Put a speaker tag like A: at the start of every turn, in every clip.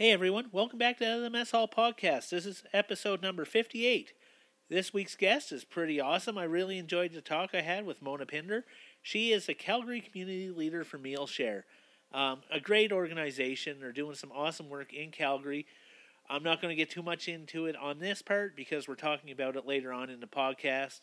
A: Hey everyone, welcome back to the Mess Hall Podcast. This is episode number 58. This week's guest is pretty awesome. I really enjoyed the talk I had with Mona Pinder. She is a Calgary community leader for Meal Share, um, a great organization. They're doing some awesome work in Calgary. I'm not going to get too much into it on this part because we're talking about it later on in the podcast.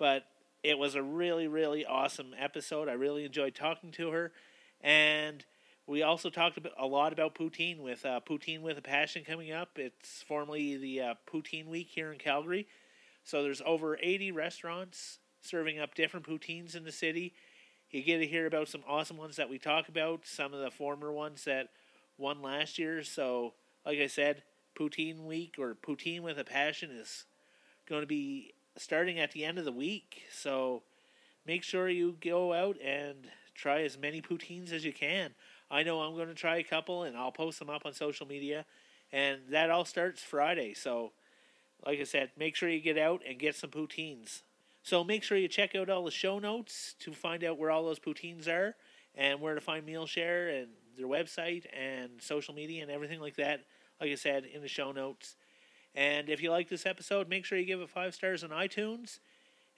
A: But it was a really, really awesome episode. I really enjoyed talking to her. And we also talked about, a lot about poutine with uh, Poutine with a Passion coming up. It's formally the uh, Poutine Week here in Calgary. So there's over 80 restaurants serving up different poutines in the city. You get to hear about some awesome ones that we talk about, some of the former ones that won last year. So, like I said, Poutine Week or Poutine with a Passion is going to be starting at the end of the week. So, make sure you go out and try as many poutines as you can. I know I'm going to try a couple and I'll post them up on social media. And that all starts Friday. So, like I said, make sure you get out and get some poutines. So, make sure you check out all the show notes to find out where all those poutines are and where to find Meal Share and their website and social media and everything like that. Like I said, in the show notes. And if you like this episode, make sure you give it five stars on iTunes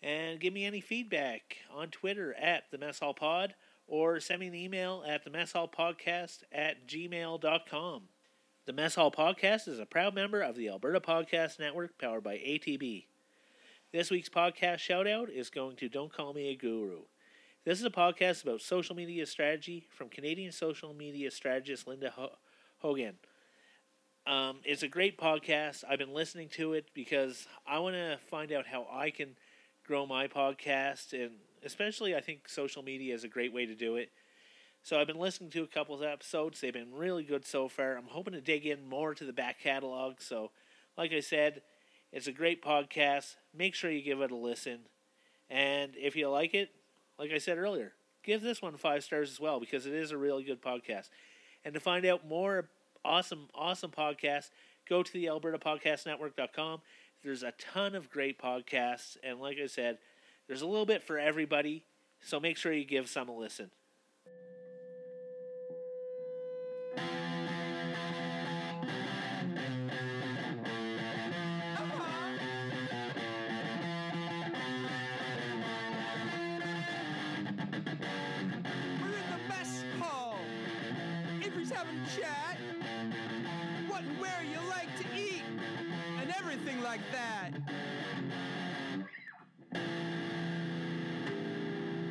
A: and give me any feedback on Twitter at the Mess Hall Pod or send me an email at the Mess Hall Podcast at gmail.com. The Mess Hall Podcast is a proud member of the Alberta Podcast Network powered by ATB. This week's podcast shout out is going to Don't Call Me a Guru. This is a podcast about social media strategy from Canadian social media strategist Linda Ho- Hogan. Um, it's a great podcast. I've been listening to it because I want to find out how I can grow my podcast, and especially I think social media is a great way to do it. So I've been listening to a couple of episodes. They've been really good so far. I'm hoping to dig in more to the back catalog. So, like I said, it's a great podcast. Make sure you give it a listen. And if you like it, like I said earlier, give this one five stars as well because it is a really good podcast. And to find out more awesome, awesome podcasts, go to the AlbertaPodcastNetwork.com. There's a ton of great podcasts, and like I said, there's a little bit for everybody. So make sure you give some a listen.
B: We're in the mess hall. Avery's having a chat. What and where you like to eat, and everything like that.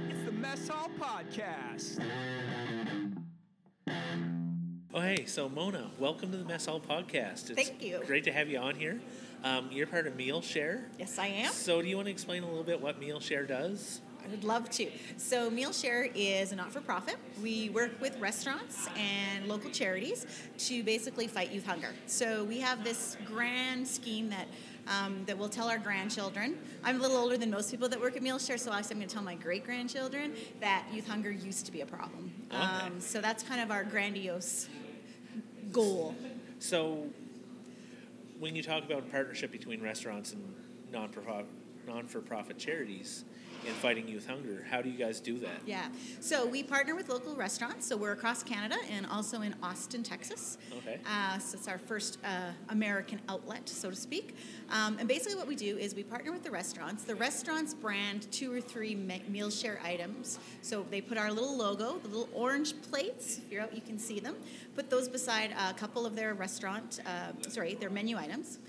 B: It's the Mess Hall Podcast.
A: Oh, hey, so Mona, welcome to the Mess Hall Podcast. It's
C: Thank you.
A: Great to have you on here. Um, you're part of Meal Share.
C: Yes, I am.
A: So, do you want to explain a little bit what Meal Share does?
C: I would love to. So, MealShare is a not for profit. We work with restaurants and local charities to basically fight youth hunger. So, we have this grand scheme that um, that we'll tell our grandchildren. I'm a little older than most people that work at MealShare, so I'm going to tell my great grandchildren that youth hunger used to be a problem.
A: Okay.
C: Um, so, that's kind of our grandiose goal.
A: So, when you talk about partnership between restaurants and non-profit non-for-profit charities in fighting youth hunger, how do you guys do that?
C: Yeah. So we partner with local restaurants. So we're across Canada and also in Austin, Texas.
A: Okay.
C: Uh, so it's our first uh, American outlet, so to speak. Um, and basically, what we do is we partner with the restaurants. The restaurants brand two or three me- meal share items. So they put our little logo, the little orange plates. If you're out, you can see them. Put those beside a couple of their restaurant, uh, sorry, their menu items.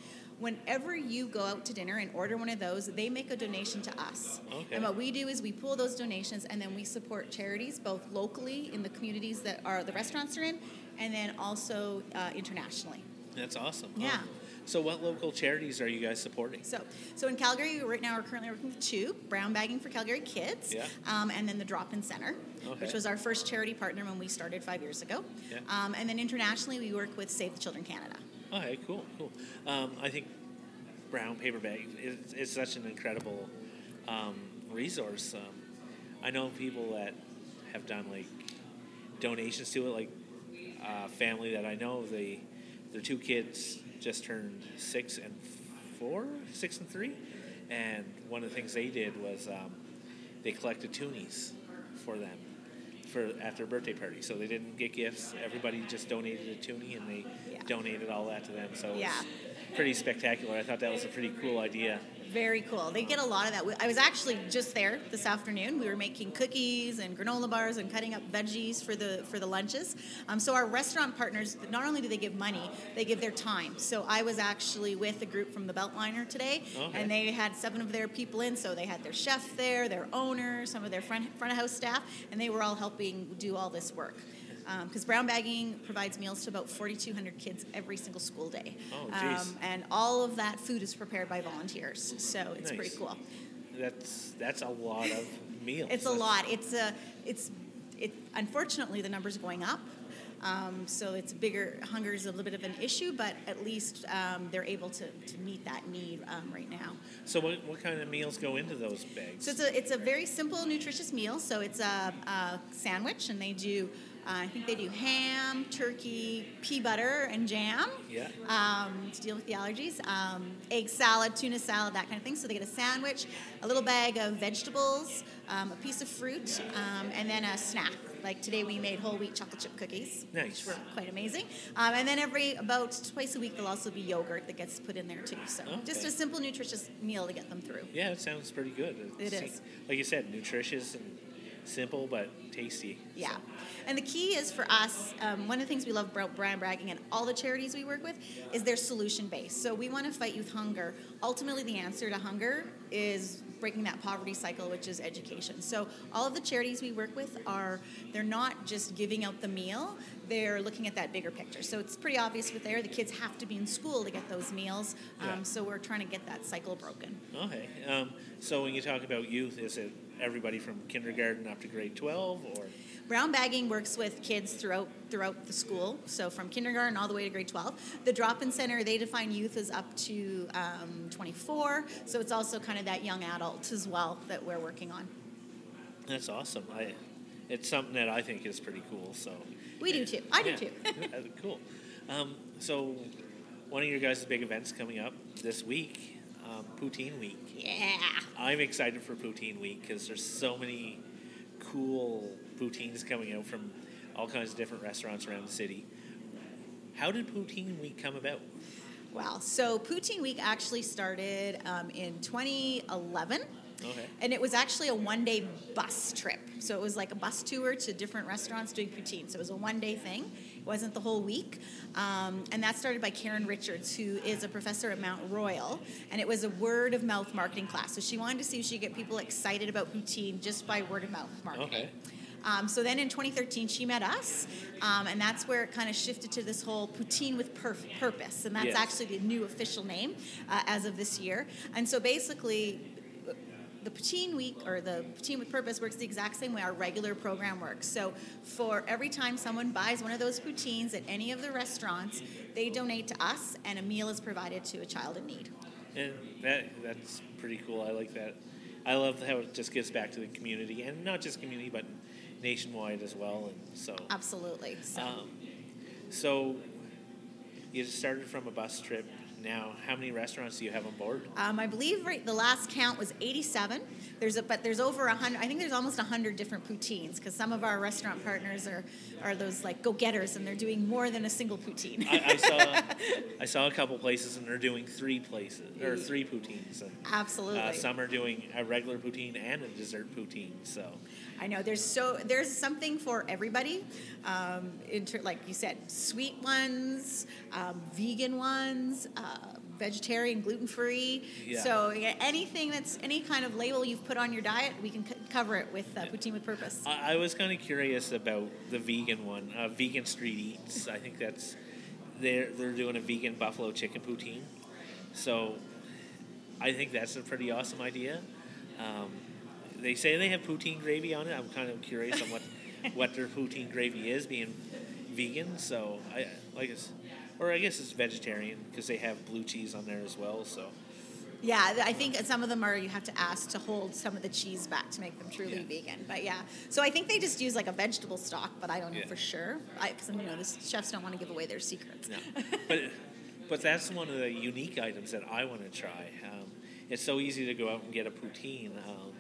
C: Whenever you go out to dinner and order one of those, they make a donation to us.
A: Okay.
C: And what we do is we pull those donations and then we support charities both locally in the communities that are the restaurants are in, and then also uh, internationally.
A: That's awesome.
C: Yeah.
A: Oh. So, what local charities are you guys supporting?
C: So, so in Calgary right now we're currently working with Tube Brown Bagging for Calgary Kids,
A: Yeah.
C: um, and then the Drop In Center,
A: Okay.
C: which was our first charity partner when we started five years ago.
A: Yeah.
C: Um, and then internationally we work with Save the Children Canada.
A: Okay, Oh, cool, cool. Um, I think brown paper bag is, is such an incredible um, resource. Um, I know people that have done like donations to it, like uh, family that I know. They their two kids just turned six and four, six and three, and one of the things they did was um, they collected toonies for them for at their birthday party. So they didn't get gifts. Everybody just donated a toonie, and they
C: Yeah.
A: donated all that to them. So it
C: Yeah.
A: was pretty spectacular. I thought that was a pretty cool idea.
C: Very cool. They get a lot of that. We- I was actually just there this afternoon. We were making cookies and granola bars and cutting up veggies for the for the lunches. Um, so our restaurant partners not only do they give money, they give their time. So I was actually with a group from the Beltliner today,
A: Okay.
C: and they had seven of their people in. So they had their chef there, their owner, some of their front front of house staff, and they were all helping do all this work. Because brown bagging provides meals to about 4,200 kids every single school day. Um,
A: Oh, geez.
C: and all of that food is prepared by volunteers. So it's
A: Nice.
C: pretty cool.
A: That's that's a lot of meals.
C: It's a
A: That's-
C: lot. It's a it's it. Unfortunately, the numbers going up. Um, so it's bigger. Hunger is a little bit of an issue, but at least um, they're able to, to meet that need um, right now.
A: So what, what kind of meals go into those bags?
C: So it's a, it's a very simple, nutritious meal. So it's a, a sandwich, and they do, uh, I think they do ham, turkey, pea butter, and jam.
A: Yeah.
C: Um, to deal with the allergies, um, egg salad, tuna salad, that kind of thing. So they get a sandwich, a little bag of vegetables, um, a piece of fruit, um, and then a snack. Like today, we made whole wheat chocolate chip cookies,
A: Nice.
C: which were quite amazing. Um, and then every about twice a week, there'll also be yogurt that gets put in there too. So just
A: Okay.
C: a simple, nutritious meal to get them through.
A: yeah, it sounds pretty good.
C: It
A: se-
C: is.
A: Like you said, nutritious and simple but tasty.
C: Yeah. And the key is for us, um, one of the things we love about Brian Bragging and all the charities we work with is they're solution based. So we want to fight youth hunger. Ultimately, the answer to hunger is breaking that poverty cycle, which is education. So all of the charities we work with are, they're not just giving out the meal, they're looking at that bigger picture. So it's pretty obvious with there, the kids have to be in school to get those meals. Um,
A: Yeah.
C: So we're trying to get that cycle broken.
A: Okay. Um, so when you talk about youth, is it everybody from kindergarten up to grade 12 or?
C: Brown bagging works with kids throughout throughout the school, so from kindergarten all the way to grade 12. The drop-in center they define youth as up to um, 24, so it's also kind of that young adult as well that we're working on.
A: That's awesome. I, it's something that I think is pretty cool. So
C: We do too. I do
A: Yeah.
C: too.
A: Uh, cool. Um, so one of your guys' big events coming up this week, um, Poutine Week.
C: yeah,
A: I'm excited for Poutine Week because there's so many cool poutines coming out from all kinds of different restaurants around the city. How did Poutine Week come about?
C: wow. So Poutine Week actually started um, in 2011.
A: Okay.
C: And it was actually a one day bus trip. So it was like a bus tour to different restaurants doing poutine. So it was a one day thing, it wasn't the whole week. Um, and that started by Karen Richards, who is a professor at Mount Royal. And it was a word of mouth marketing class. So she wanted to see if she could get people excited about poutine just by word of mouth marketing.
A: Okay.
C: Um, so then in 2013, she met us, um, and that's where it kind of shifted to this whole poutine with perf- purpose, and that's
A: Yes.
C: actually the new official name uh, as of this year. And so basically, the Poutine Week or the Poutine with Purpose works the exact same way our regular program works. So, for every time someone buys one of those poutines at any of the restaurants, they donate to us, and a meal is provided to a child in need.
A: And that that's pretty cool. I like that. I love how it just gives back to the community, and not just community, but nationwide as well. And so,
C: Absolutely. So,
A: um, so you started from a bus trip. Now, how many restaurants do you have on board?
C: um, I believe right, the last count was 87. There's a, but there's over 100. I think there's almost 100 different poutines because some of our restaurant partners are are those like go-getters, and they're doing more than a single poutine.
A: I, I saw I saw a couple places, and they're doing three places or three poutines. And,
C: Absolutely.
A: uh, some are doing a regular poutine and a dessert poutine. So,
C: I know there's so there's something for everybody. Um, in ter- like you said, sweet ones, um, vegan ones, uh, vegetarian, gluten free.
A: Yeah.
C: So yeah, anything that's any kind of label you've put on your diet, we can c- cover it with uh, poutine with purpose.
A: I, I was kind of curious about the vegan one, uh, Vegan Street Eats. I think that's they're they're doing a vegan buffalo chicken poutine. So I think that's a pretty awesome idea. Um, they say they have poutine gravy on it. I'm kind of curious on what what their poutine gravy is, being vegan. So I like it's, or I guess it's vegetarian because they have blue cheese on there as well. So
C: Yeah, th- I think some of them are you have to ask to hold some of the cheese back to make them truly
A: Yeah.
C: vegan. But yeah, so I think they just use like a vegetable stock, but I don't know
A: Yeah.
C: for sure because you know the chefs don't want to give away their secrets.
A: No, but but that's one of the unique items that I want to try. Um, it's so easy to go out and get a poutine, um,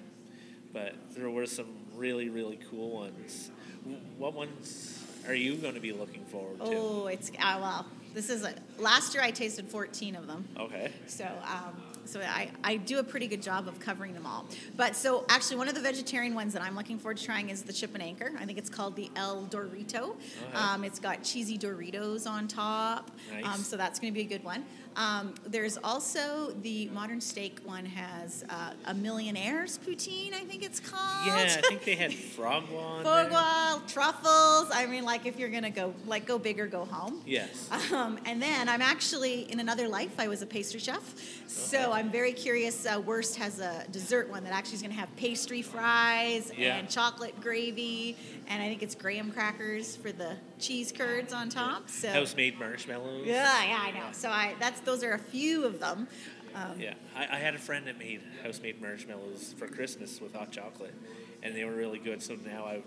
A: but there were some really really cool ones. W- What ones are you going to be looking forward to?
C: Oh, it's ah, well. This is a, last year I tasted 14 of them.
A: Okay.
C: So, um, so I, I do a pretty good job of covering them all. But so actually, one of the vegetarian ones that I'm looking forward to trying is the chip and anchor. I think it's called the El
A: Oh,
C: Dorito. Um, it's got cheesy Doritos on top.
A: Nice.
C: Um, so that's going to be a good one. Um, there's also the modern steak one has uh, a millionaire's poutine. I think it's called.
A: Yeah, I think they had frog on.
C: Foie
A: there.
C: gras, truffles. I mean, like if you're gonna go, like go big or go home.
A: Yes.
C: Um, and then I'm actually in another life. I was a pastry chef, so I'm very curious. Uh, Wurst has a dessert one that actually is going to have pastry fries
A: Yeah.
C: and chocolate gravy, and I think it's graham crackers for the cheese curds on top. So
A: House-made marshmallows.
C: yeah, yeah, I know. So I that's those are a few of them. Um,
A: Yeah, I, I had a friend that made house-made marshmallows for Christmas with hot chocolate, and they were really good. So now I,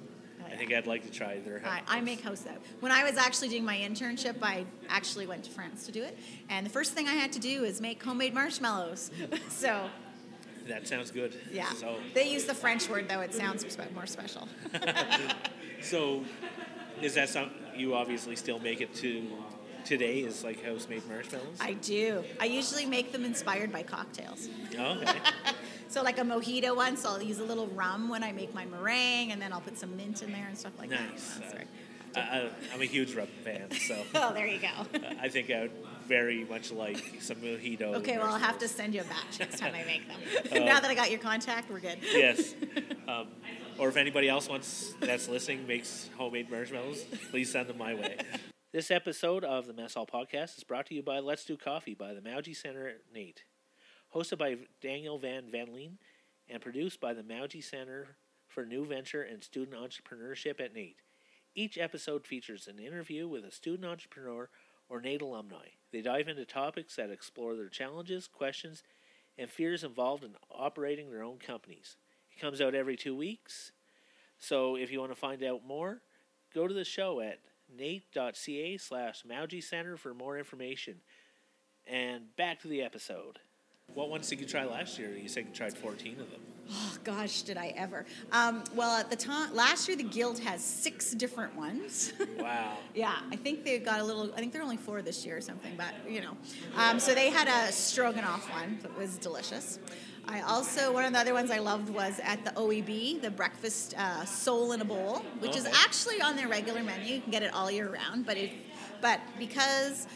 A: I think I'd like to try their.
C: Oh, I, I make house though. When I was actually doing my internship, I actually went to France to do it, and the first thing I had to do is make homemade marshmallows. so
A: That sounds good.
C: yeah,
A: So,
C: they use the French word though; it sounds spe- more special.
A: so is that something you obviously still make it to today? Is like house-made marshmallows?
C: I do. I usually make them inspired by cocktails.
A: Oh, okay.
C: So like a mojito one, so I'll use a little rum when I make my meringue, and then I'll put some mint in there and stuff like
A: nice.
C: that. That's
A: Uh,
C: right.
A: I, I, I'm a huge rub fan, so
C: Oh, there you go.
A: I think I would very much like some mojito.
C: Okay, well I'll have to
A: marshmallows.
C: send you a batch next time I make
A: Oh.
C: them. now that I got your contact, we're good.
A: yes. Um, or if anybody else wants that's listening makes homemade marshmallows, please send them my way. This episode of the Mess Hall Podcast is brought to you by Let's Do Coffee by the Mauji Center at Nate. Hosted by Daniel Van Vanleen and produced by the Mauji Center for New Venture and Student Entrepreneurship at Nate. Each episode features an interview with a student entrepreneur or Nate alumni. They dive into topics that explore their challenges, questions, and fears involved in operating their own companies. It comes out every two weeks, so if you want to find out more, go to the show at nate.ca slash Mauji Center for more information. And back to the episode. What ones did you try last year? You said you tried 14 of them.
C: Oh, gosh, did I ever? Um, well, at the time last year, the guild has six different ones.
A: Wow.
C: Yeah, I think they got a little. I think they're only four this year or something, but you know. Um, so they had a stroganoff one that was delicious. I also one of the other ones I loved was at the OEB, the breakfast uh, soul in a bowl, which is
A: Okay.
C: actually on their regular menu. You can get it all year round, but it, but because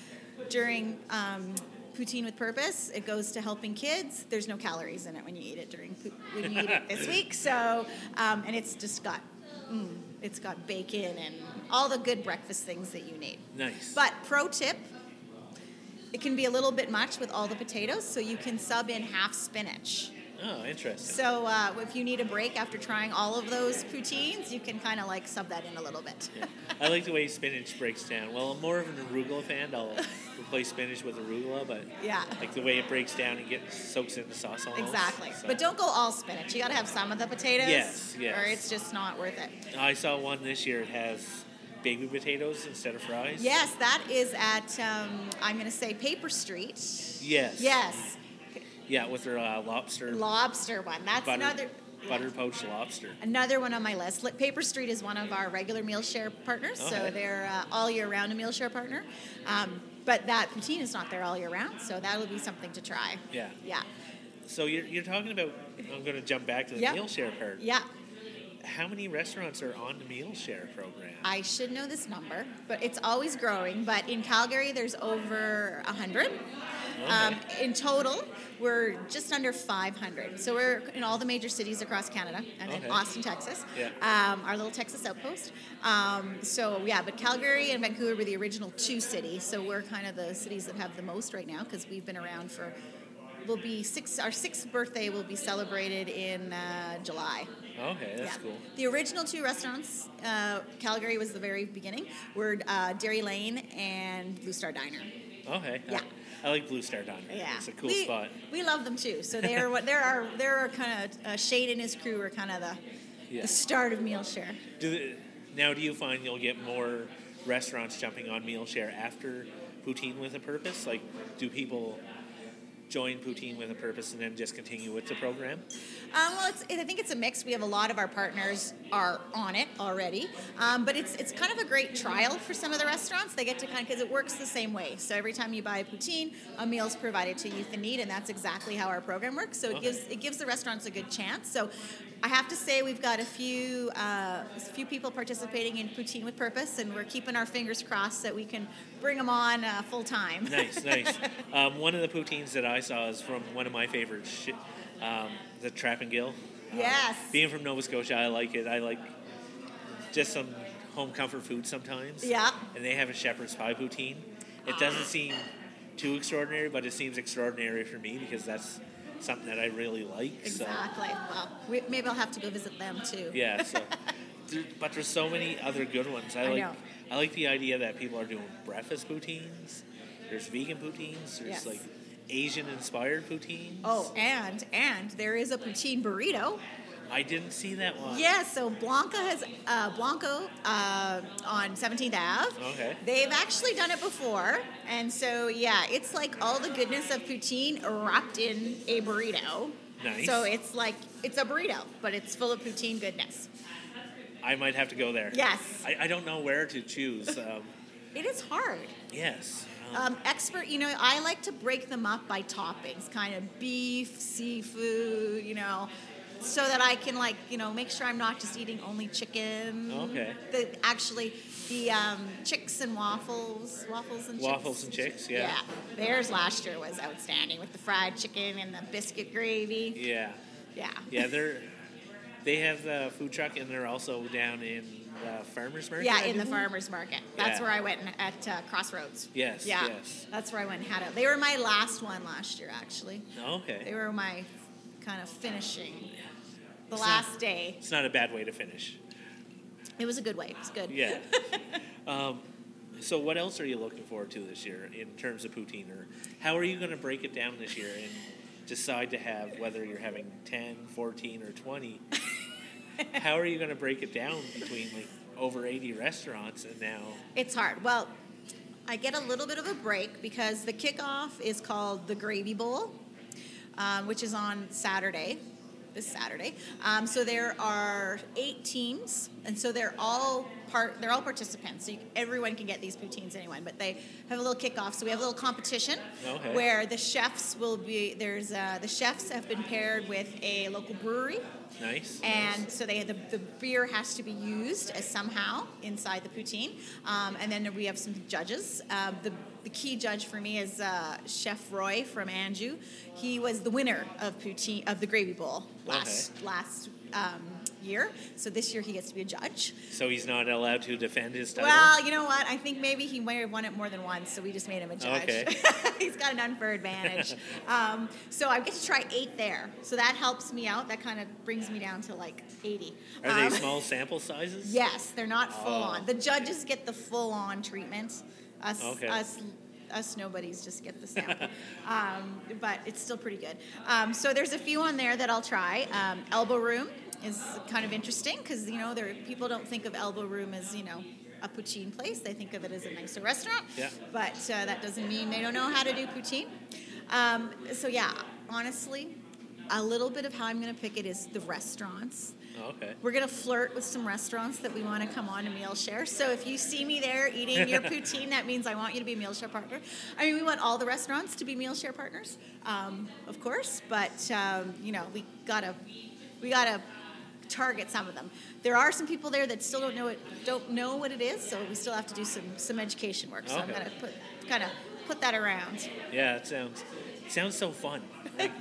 C: during um, poutine with purpose, it goes to helping kids. There's no calories in it when you eat it during poo- when you eat it this week. So um, and it's just got mm, it's got bacon and all the good breakfast things that you need.
A: Nice.
C: But pro tip, it can be a little bit much with all the potatoes, so you can sub in half spinach.
A: oh, interesting.
C: So uh, if you need a break after trying all of those poutines, you can kind of like sub that in a little bit.
A: Yeah. I like the way spinach breaks down. Well, I'm more of an arugula fan. I'll replace spinach with arugula, but
C: Yeah.
A: like the way it breaks down and gets soaks in the sauce almost.
C: Exactly.
A: So-
C: But don't go all spinach. You got to have some of the potatoes.
A: Yes, yes.
C: Or it's just not worth it.
A: I saw one this year. It has baby potatoes instead of fries.
C: Yes, that is at, um, I'm going to say Paper Street.
A: Yes.
C: Yes.
A: Yeah, with their uh, lobster.
C: Lobster one. That's
A: butter,
C: another.
A: butter poached lobster.
C: Another one on my list. Li- Paper Street is one of our regular meal share partners, so
A: Okay.
C: they're uh, all year round a meal share partner. Um, but that poutine is not there all year round, so that'll be something to try.
A: Yeah.
C: Yeah.
A: So you're, you're talking about. I'm going to jump back to the
C: Yeah.
A: meal share part.
C: Yeah.
A: How many restaurants are on the meal share program?
C: I should know this number, but it's always growing. But in Calgary, there's over 100. Um, in total, we're just under 500. So we're in all the major cities across Canada and
A: Okay.
C: in Austin, Texas,
A: Yeah.
C: um, our little Texas outpost. Um, so, yeah, but Calgary and Vancouver were the original two cities. So we're kind of the cities that have the most right now because we've been around for. Will be six. Our sixth birthday will be celebrated in uh, July.
A: okay, that's
C: Yeah.
A: cool.
C: The original two restaurants, uh, Calgary was the very beginning, were uh, Dairy Lane and Blue Star Diner.
A: Okay.
C: Yeah.
A: I, I like Blue Star Diner.
C: Yeah,
A: It's a cool
C: we,
A: spot.
C: We love them too. So they're what there are. There are kind of uh, Shade and his crew are kind of the,
A: Yeah.
C: the start of meal share.
A: Do the, now, do you find you'll get more restaurants jumping on meal share after poutine with a purpose? Like, do people join Poutine with a Purpose and then just continue with the program?
C: Um, well, it's, it, I think it's a mix. We have a lot of our partners are on it already, um, but it's it's kind of a great trial for some of the restaurants. They get to kind of because it works the same way. So every time you buy a poutine, a meal is provided to youth in need, and that's exactly how our program works. So it
A: Okay.
C: gives it gives the restaurants a good chance. So I have to say we've got a few uh, a few people participating in poutine with purpose, and we're keeping our fingers crossed that we can bring them on uh, full time.
A: Nice, nice. Um, one of the poutines that I saw is from one of my favorites, sh- um, the Trap and Gill. Um,
C: Yes.
A: being from Nova Scotia, I like it. I like just some home comfort food sometimes.
C: Yeah.
A: And they have a shepherd's pie poutine. It doesn't seem too extraordinary, but it seems extraordinary for me because that's something that I really like. So.
C: Exactly. Well, we, maybe I'll have to go visit them too.
A: Yeah. So, there, but there's so many other good ones. I,
C: I
A: like.
C: know.
A: I like the idea that people are doing breakfast poutines. There's vegan poutines. There's
C: Yes.
A: like Asian inspired poutines.
C: Oh, and and there is a poutine burrito.
A: I didn't see that one.
C: Yes, so Blanca has uh, Blanco uh, on 17th Ave.
A: Okay.
C: They've actually done it before, and so yeah, it's like all the goodness of poutine wrapped in a burrito.
A: Nice.
C: So it's like it's a burrito, but it's full of poutine goodness.
A: I might have to go there.
C: Yes.
A: I, I don't know where to choose. Um,
C: It is hard.
A: yes. Um,
C: Um, expert, you know, I like to break them up by toppings, kind of beef, seafood, you know, so that I can like, you know, make sure I'm not just eating only chicken.
A: Okay.
C: The actually the um, chicks and waffles, waffles and
A: Waffles
C: chicks.
A: and chicks, yeah.
C: Yeah, theirs last year was outstanding with the fried chicken and the biscuit gravy.
A: yeah.
C: Yeah.
A: Yeah. They're. They have the food truck, and they're also down in the farmers market.
C: Yeah,
A: I
C: in the
A: believe?
C: farmers market. That's
A: Yeah.
C: where I went and- at uh, Crossroads.
A: Yes,
C: Yeah.
A: yes.
C: That's where I went and had it. They were my last one last year, actually. They
A: Oh, Okay.
C: were my kind of finishing. The last day.
A: It's not a bad way to finish.
C: It was a good way. It was good.
A: Yeah. um, so, what else are you looking forward to this year in terms of poutine, or how are you going to break it down this year and decide to have whether you're having 10, 14, or 20? how are you going to break it down between like over 80 restaurants and now?
C: It's hard. Well, I get a little bit of a break because the kickoff is called the Gravy Bowl, um, which is on Saturday, this Saturday. Um, so there are eight teams, and so they're all part. They're all participants. So you, everyone can get these poutines, anyone. But they have a little kickoff. So we have a little competition
A: Okay.
C: where the chefs will be. There's uh, the chefs have been paired with a local brewery.
A: Nice.
C: And so they the, the beer has to be used as somehow inside the poutine. Um, and then we have some judges. Um, the, the key judge for me is uh, Chef Roy from Anjou. He was the winner of poutine of the Gravy Bowl last last um, year. So this year he gets to be a judge.
A: so he's not allowed to defend his title.
C: Well, you know what? I think maybe he might have won it more than once, so we just made him a judge.
A: Okay.
C: He's got an unfair advantage. um, so I get to try eight there. So that helps me out. That kind of brings me down to like 80.
A: are
C: Um,
A: they small sample sizes?
C: Yes, they're not full
A: Oh.
C: on. The judges get the full on treatment. Us,
A: Okay.
C: us, us nobodies just get the sample. um, but it's still pretty good. Um, so there's a few on there that I'll try. Um, elbow room is kind of interesting because you know there people don't think of elbow room as you know a poutine place. They think of it as a nicer restaurant.
A: Yeah.
C: But uh, that doesn't mean they don't know how to do poutine. Um, so yeah, honestly, a little bit of how I'm going to pick it is the restaurants.
A: Okay.
C: We're gonna flirt with some restaurants that we want to come on a meal share. So if you see me there eating your poutine, that means I want you to be a meal share partner. I mean, we want all the restaurants to be meal share partners, um, of course. But um, you know, we gotta we gotta target some of them. There are some people there that still don't know it don't know what it is, so we still have to do some some education work. So I'm
A: Okay.
C: gonna put kind of put that around.
A: Yeah, it sounds it sounds so fun. Like,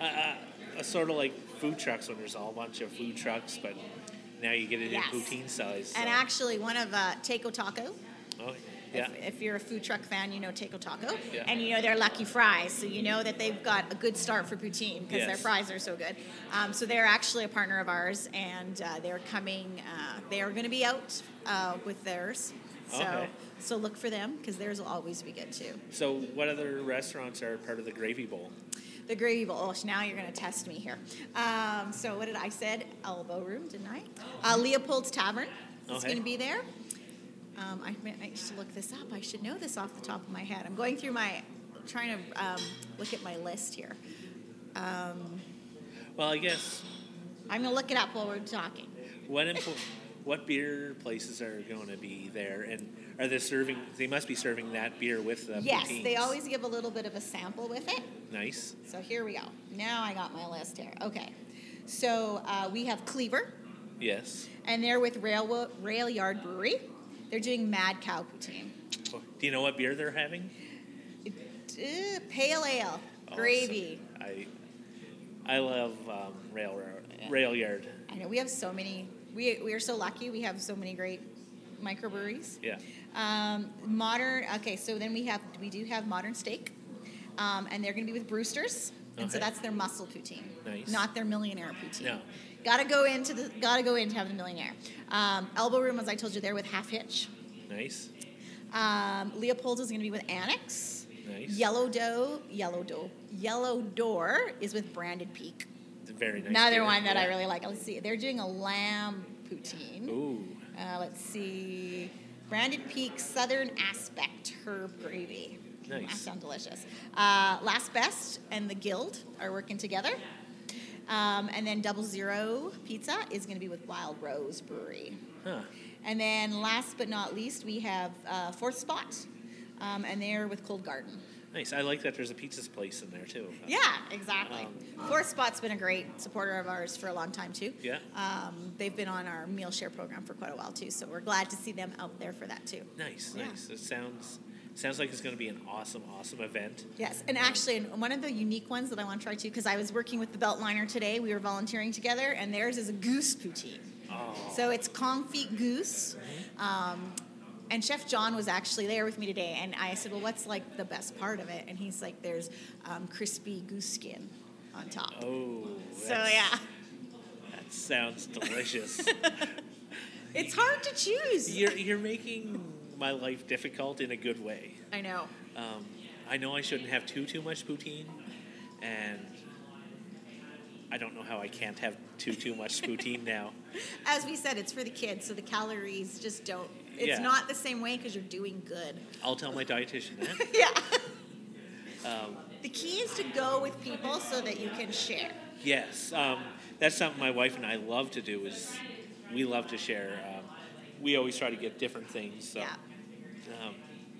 A: uh, uh, sort of like food trucks when there's a whole bunch of food trucks, but now you get it
C: Yes.
A: in poutine size.
C: And
A: so-
C: actually, one of uh, Taco Taco.
A: oh, yeah,
C: If, if you're a food truck fan, you know Taco Taco,
A: Yeah.
C: and you know their Lucky Fries, so you know that they've got a good start for poutine because their
A: Yes.
C: fries are so good. Um, so they're actually a partner of ours, and uh, they're coming. Uh, they are going to be out uh, with theirs, so
A: Okay.
C: so look for them because theirs will always be good too.
A: So, what other restaurants are part of the Gravy Bowl?
C: The gravy bowl. Oh, now you're going to test me here. Um, so what did I said? Elbow room, didn't I? Uh, Leopold's Tavern is
A: Okay.
C: going to be there. Um, I, meant- I should look this up. I should know this off the top of my head. I'm going through my trying to um, look at my list here. Um,
A: Well, I guess
C: I'm gonna look it up while we're talking.
A: what impo- what beer places are going to be there, and are they serving? They must be serving that beer with the
C: yes, they
A: poutines.
C: always give a little bit of a sample with it.
A: nice.
C: So here we go. Now I got my list here. Okay, so uh, we have Cleaver,
A: Yes.
C: and they're with Rail Rail Yard Brewery. They're doing Mad Cow Poutine.
A: Do you know what beer they're having?
C: Uh, pale ale, gravy.
A: Awesome. I I love um, rail rail yard.
C: I know we have so many. We we are so lucky. We have so many great microbreweries.
A: Yeah.
C: Um, modern. Okay, so then we have we do have modern steak, um, and they're going to be with Brewsters, and so
A: Okay.
C: that's their muscle poutine,
A: Nice.
C: not their millionaire poutine.
A: No.
C: Gotta go into the gotta go in to have the millionaire. Um, Elbow Room, as I told you, they're with Half Hitch.
A: Nice.
C: Um, Leopold's is going to be with Annex.
A: Nice.
C: Yellow Dough, Yellow Dough, Yellow Door is with Branded Peak.
A: It's a very nice.
C: Another
A: beer.
C: one that I
A: Yeah.
C: really like. Let's see. They're doing a lamb poutine.
A: Ooh.
C: Uh, let's see. Branded Peak Southern Aspect Herb Gravy.
A: Nice.
C: That sounds delicious. Uh, Last Best and the Guild are working together. Um, and then Double Zero Pizza is going to be with Wild Rose Brewery.
A: Huh.
C: And then last but not least, we have uh, Fourth Spot, um, and they're with Cold Garden.
A: Nice. I like that. There's a pizzas place in there too.
C: Yeah, exactly. Fourth Spot's been a great supporter of ours for a long time too.
A: Um, Yeah.
C: Um, they've been on our meal share program for quite a while too, so we're glad to see them out there for that too.
A: Nice.
C: Yeah.
A: Nice. It sounds sounds like it's going to be an awesome, awesome event.
C: Yes, and actually, and one of the unique ones that I want to try too, because I was working with the Beltliner today. We were volunteering together, and theirs is a goose poutine.
A: Oh. Mm-hmm.
C: So it's confit goose. Um, and Chef John was actually there with me today, and I said, "Well, what's like the best part of it?" And he's like, "There's um, crispy goose skin on top."
A: Oh.
C: so
A: that's-
C: yeah,
A: That sounds delicious.
C: it's hard to choose.
A: you're you're making my life difficult in a good way.
C: I know.
A: Um, I know I shouldn't have too too much poutine, and I don't know how I can't have too too much poutine now.
C: As we said, it's for the kids, so the calories just don't. It's
A: Yeah.
C: not the same way because you're doing good.
A: I'll tell my dietitian that.
C: yeah.
A: Um,
C: The key is to go with people so that you can share.
A: Yes, um, that's something my wife and I love to do. Is we love to share. Um, we always try to get different things. So,
C: Yeah.
A: um,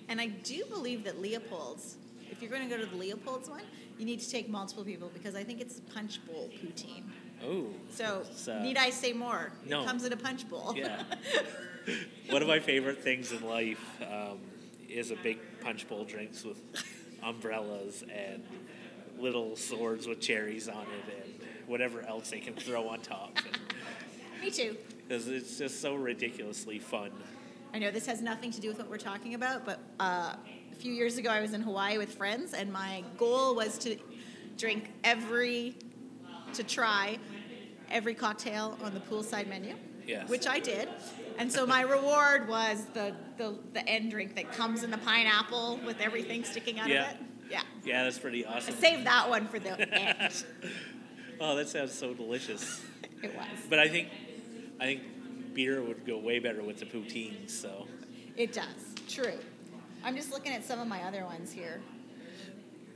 C: And I do believe that Leopold's, if you're going to go to the Leopold's one, you need to take multiple people because I think it's a punch bowl poutine.
A: oh,
C: So,
A: It's, uh,
C: need I say more?
A: no.
C: It comes in a punch bowl.
A: yeah. One of my favorite things in life um, is a big punch bowl drinks with umbrellas and little swords with cherries on it and whatever else they can throw on top.
C: Me too.
A: 'Cause it's just so ridiculously fun.
C: I know this has nothing to do with what we're talking about, but uh, a few years ago I was in Hawaii with friends, and my goal was to drink every, to try every cocktail on the poolside menu,
A: Yes.
C: which I did. And so my reward was the, the, the end drink that comes in the pineapple with everything sticking out
A: Yeah.
C: of it. Yeah.
A: Yeah, that's pretty awesome.
C: Save that one for the end.
A: Oh, that sounds so delicious.
C: it was.
A: But I think I think beer would go way better with the poutine. So
C: It does. True. I'm just looking at some of my other ones here.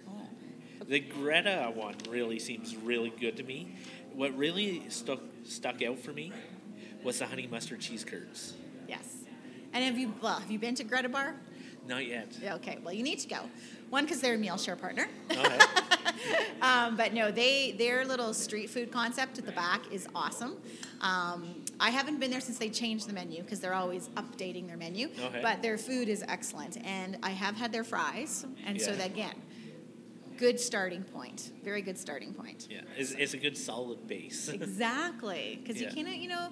C: Oh.
A: the Greta one really seems really good to me. What really stuck stuck out for me was the honey mustard cheese curds.
C: Yes. And have you well, have you been to Greta Bar?
A: Not yet.
C: Yeah, Okay, well you need to go. One because they're a meal share partner,
A: Okay.
C: um, but no, they their little street food concept at the back is awesome. Um, I haven't been there since they changed the menu because they're always updating their menu.
A: Okay.
C: But their food is excellent, and I have had their fries, and so
A: Yeah.
C: that, again, good starting point. Very good starting point.
A: yeah, it's, it's a good solid base.
C: Exactly, because
A: Yeah.
C: you cannot, you know,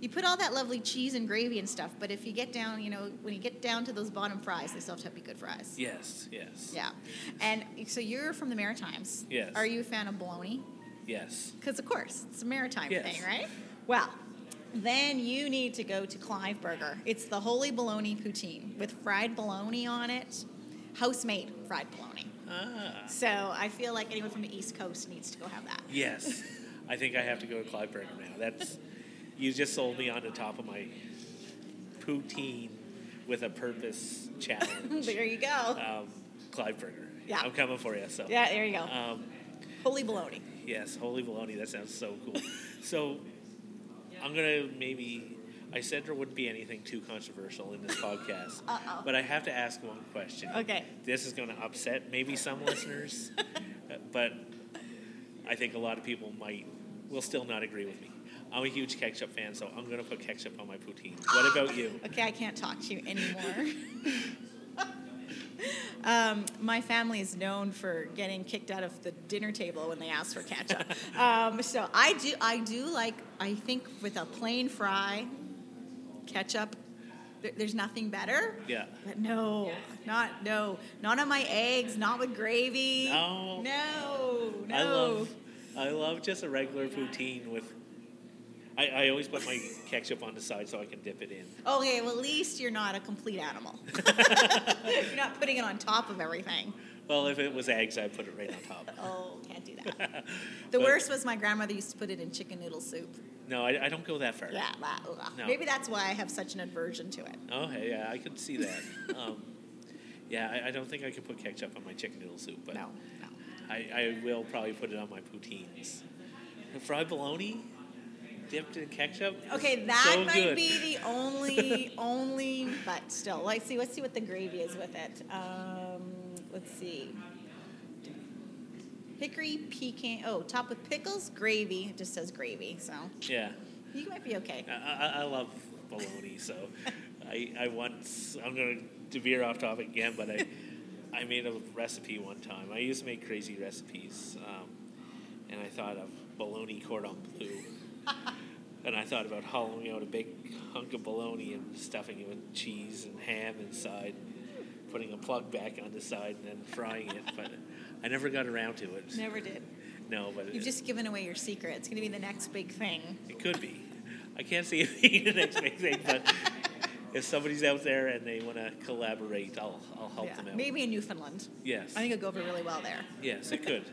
C: you put all that lovely cheese and gravy and stuff, but if you get down, you know, when you get down to those bottom fries, they still have to be good fries.
A: yes. Yes.
C: Yeah, and so you're from the Maritimes.
A: Yes.
C: Are you a fan of bologna?
A: Yes.
C: Because of course it's a maritime
A: Yes.
C: thing, right? Well, then you need to go to Clive Burger. It's the holy bologna poutine with fried bologna on it, house-made fried bologna.
A: Ah.
C: So I feel like anyone from the East Coast needs to go have that.
A: Yes. I think I have to go to Clive Burger now. That's you just sold me on the top of my poutine with a purpose challenge.
C: there you go.
A: um, Clive Burger.
C: Yeah.
A: I'm coming for you. So.
C: Yeah, there you go.
A: Um,
C: Holy baloney.
A: yes, holy baloney. That sounds so cool. so, I'm gonna maybe. I said there wouldn't be anything too controversial in this podcast,
C: Uh-oh.
A: but I have to ask one question.
C: Okay.
A: This is gonna upset maybe some listeners, uh, but I think a lot of people might will still not agree with me. I'm a huge ketchup fan, so I'm gonna put ketchup on my poutine. What about you?
C: Okay, I can't talk to you anymore. um, my family is known for getting kicked out of the dinner table when they ask for ketchup. um, so I do, I do like. I think with a plain fry, ketchup. There, there's nothing better.
A: Yeah.
C: But no, not no, not on my eggs, not with gravy.
A: No.
C: no, no.
A: I love I love just a regular poutine with I, I always put my ketchup on the side so I can dip it in.
C: Okay, well at least you're not a complete animal. you're not putting it on top of everything.
A: Well, if it was eggs, I'd put it right on top.
C: Oh, can't do that. The
A: But-
C: worst was my grandmother used to put it in chicken noodle soup.
A: No, I, I don't go that far.
C: Yeah, that, ugh.
A: No.
C: maybe that's why I have such an aversion to it.
A: Oh, hey, yeah, I could see that. Um, yeah, I, I don't think I could put ketchup on my chicken noodle soup, but
C: No, no.
A: I, I will probably put it on my poutines. The fried bologna dipped in ketchup. is
C: Okay, that
A: so
C: might
A: good.
C: be the only only, but still, let's see. Let's see what the gravy is with it. Um, let's see. Hickory pecan. Oh, top with pickles, gravy. It just says gravy, so
A: Yeah.
C: you might be okay.
A: I, I, I love bologna, so I, I once I'm gonna veer off topic again, but I I made a recipe one time. I used to make crazy recipes, um, and I thought of bologna cordon bleu, and I thought about hollowing out a big hunk of bologna and stuffing it with cheese and ham inside. Putting a plug back on the side and then frying it, but I never got around to it.
C: Never did.
A: No, but
C: You've
A: it,
C: just given away your secret. It's going to be the next big thing.
A: it could be. I can't see it being the next big thing, but if somebody's out there and they want to collaborate, I'll, I'll help
C: Yeah.
A: them out.
C: Maybe in Newfoundland.
A: Yes.
C: I think it'll go over really well there.
A: yes, it could.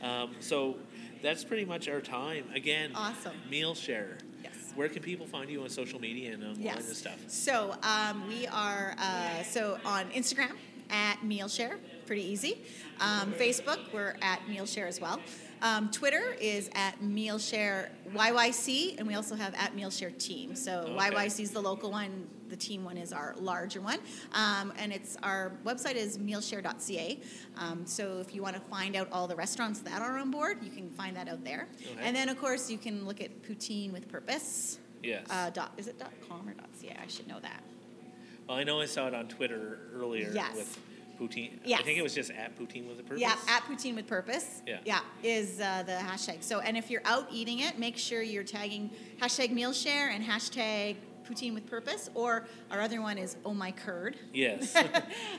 A: um, so that's pretty much our time. Again,
C: Awesome.
A: meal share.
C: Yes.
A: Where can people find you on social media and online and
C: Yes.
A: stuff?
C: So um, we are uh, so on Instagram at MealShare, pretty easy. Um, Facebook, we're at MealShare as well. Um, Twitter is at MealShare YYC, and we also have at MealShare Team. So
A: Okay.
C: YYC is the local one. The team one is our larger one, um, and it's our website is mealshare.ca. Um, so if you want to find out all the restaurants that are on board, you can find that out there.
A: Okay.
C: And then of course you can look at poutine with purpose.
A: Yes.
C: Uh, dot, is it dot com or dot ca? I should know that.
A: well, I know I saw it on Twitter earlier
C: Yes.
A: with poutine. I
C: Yes.
A: think it was just at poutine with a purpose.
C: Yeah, at poutine with purpose.
A: Yeah.
C: is uh, the hashtag. So, and if you're out eating it, make sure you're tagging hashtag meal share and hashtag poutine with purpose, or our other one is oh my curd.
A: yes.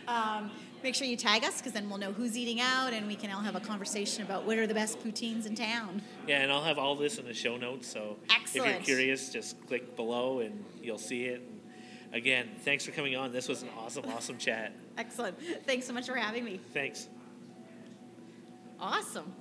C: Um, make sure you tag us because then we'll know who's eating out and we can all have a conversation about what are the best poutines in town.
A: Yeah, and I'll have all this in the show notes. So if you're
C: Excellent.
A: curious, just click below and you'll see it. And again, thanks for coming on. This was an awesome, awesome chat.
C: Excellent. Thanks so much for having me.
A: Thanks.
C: Awesome.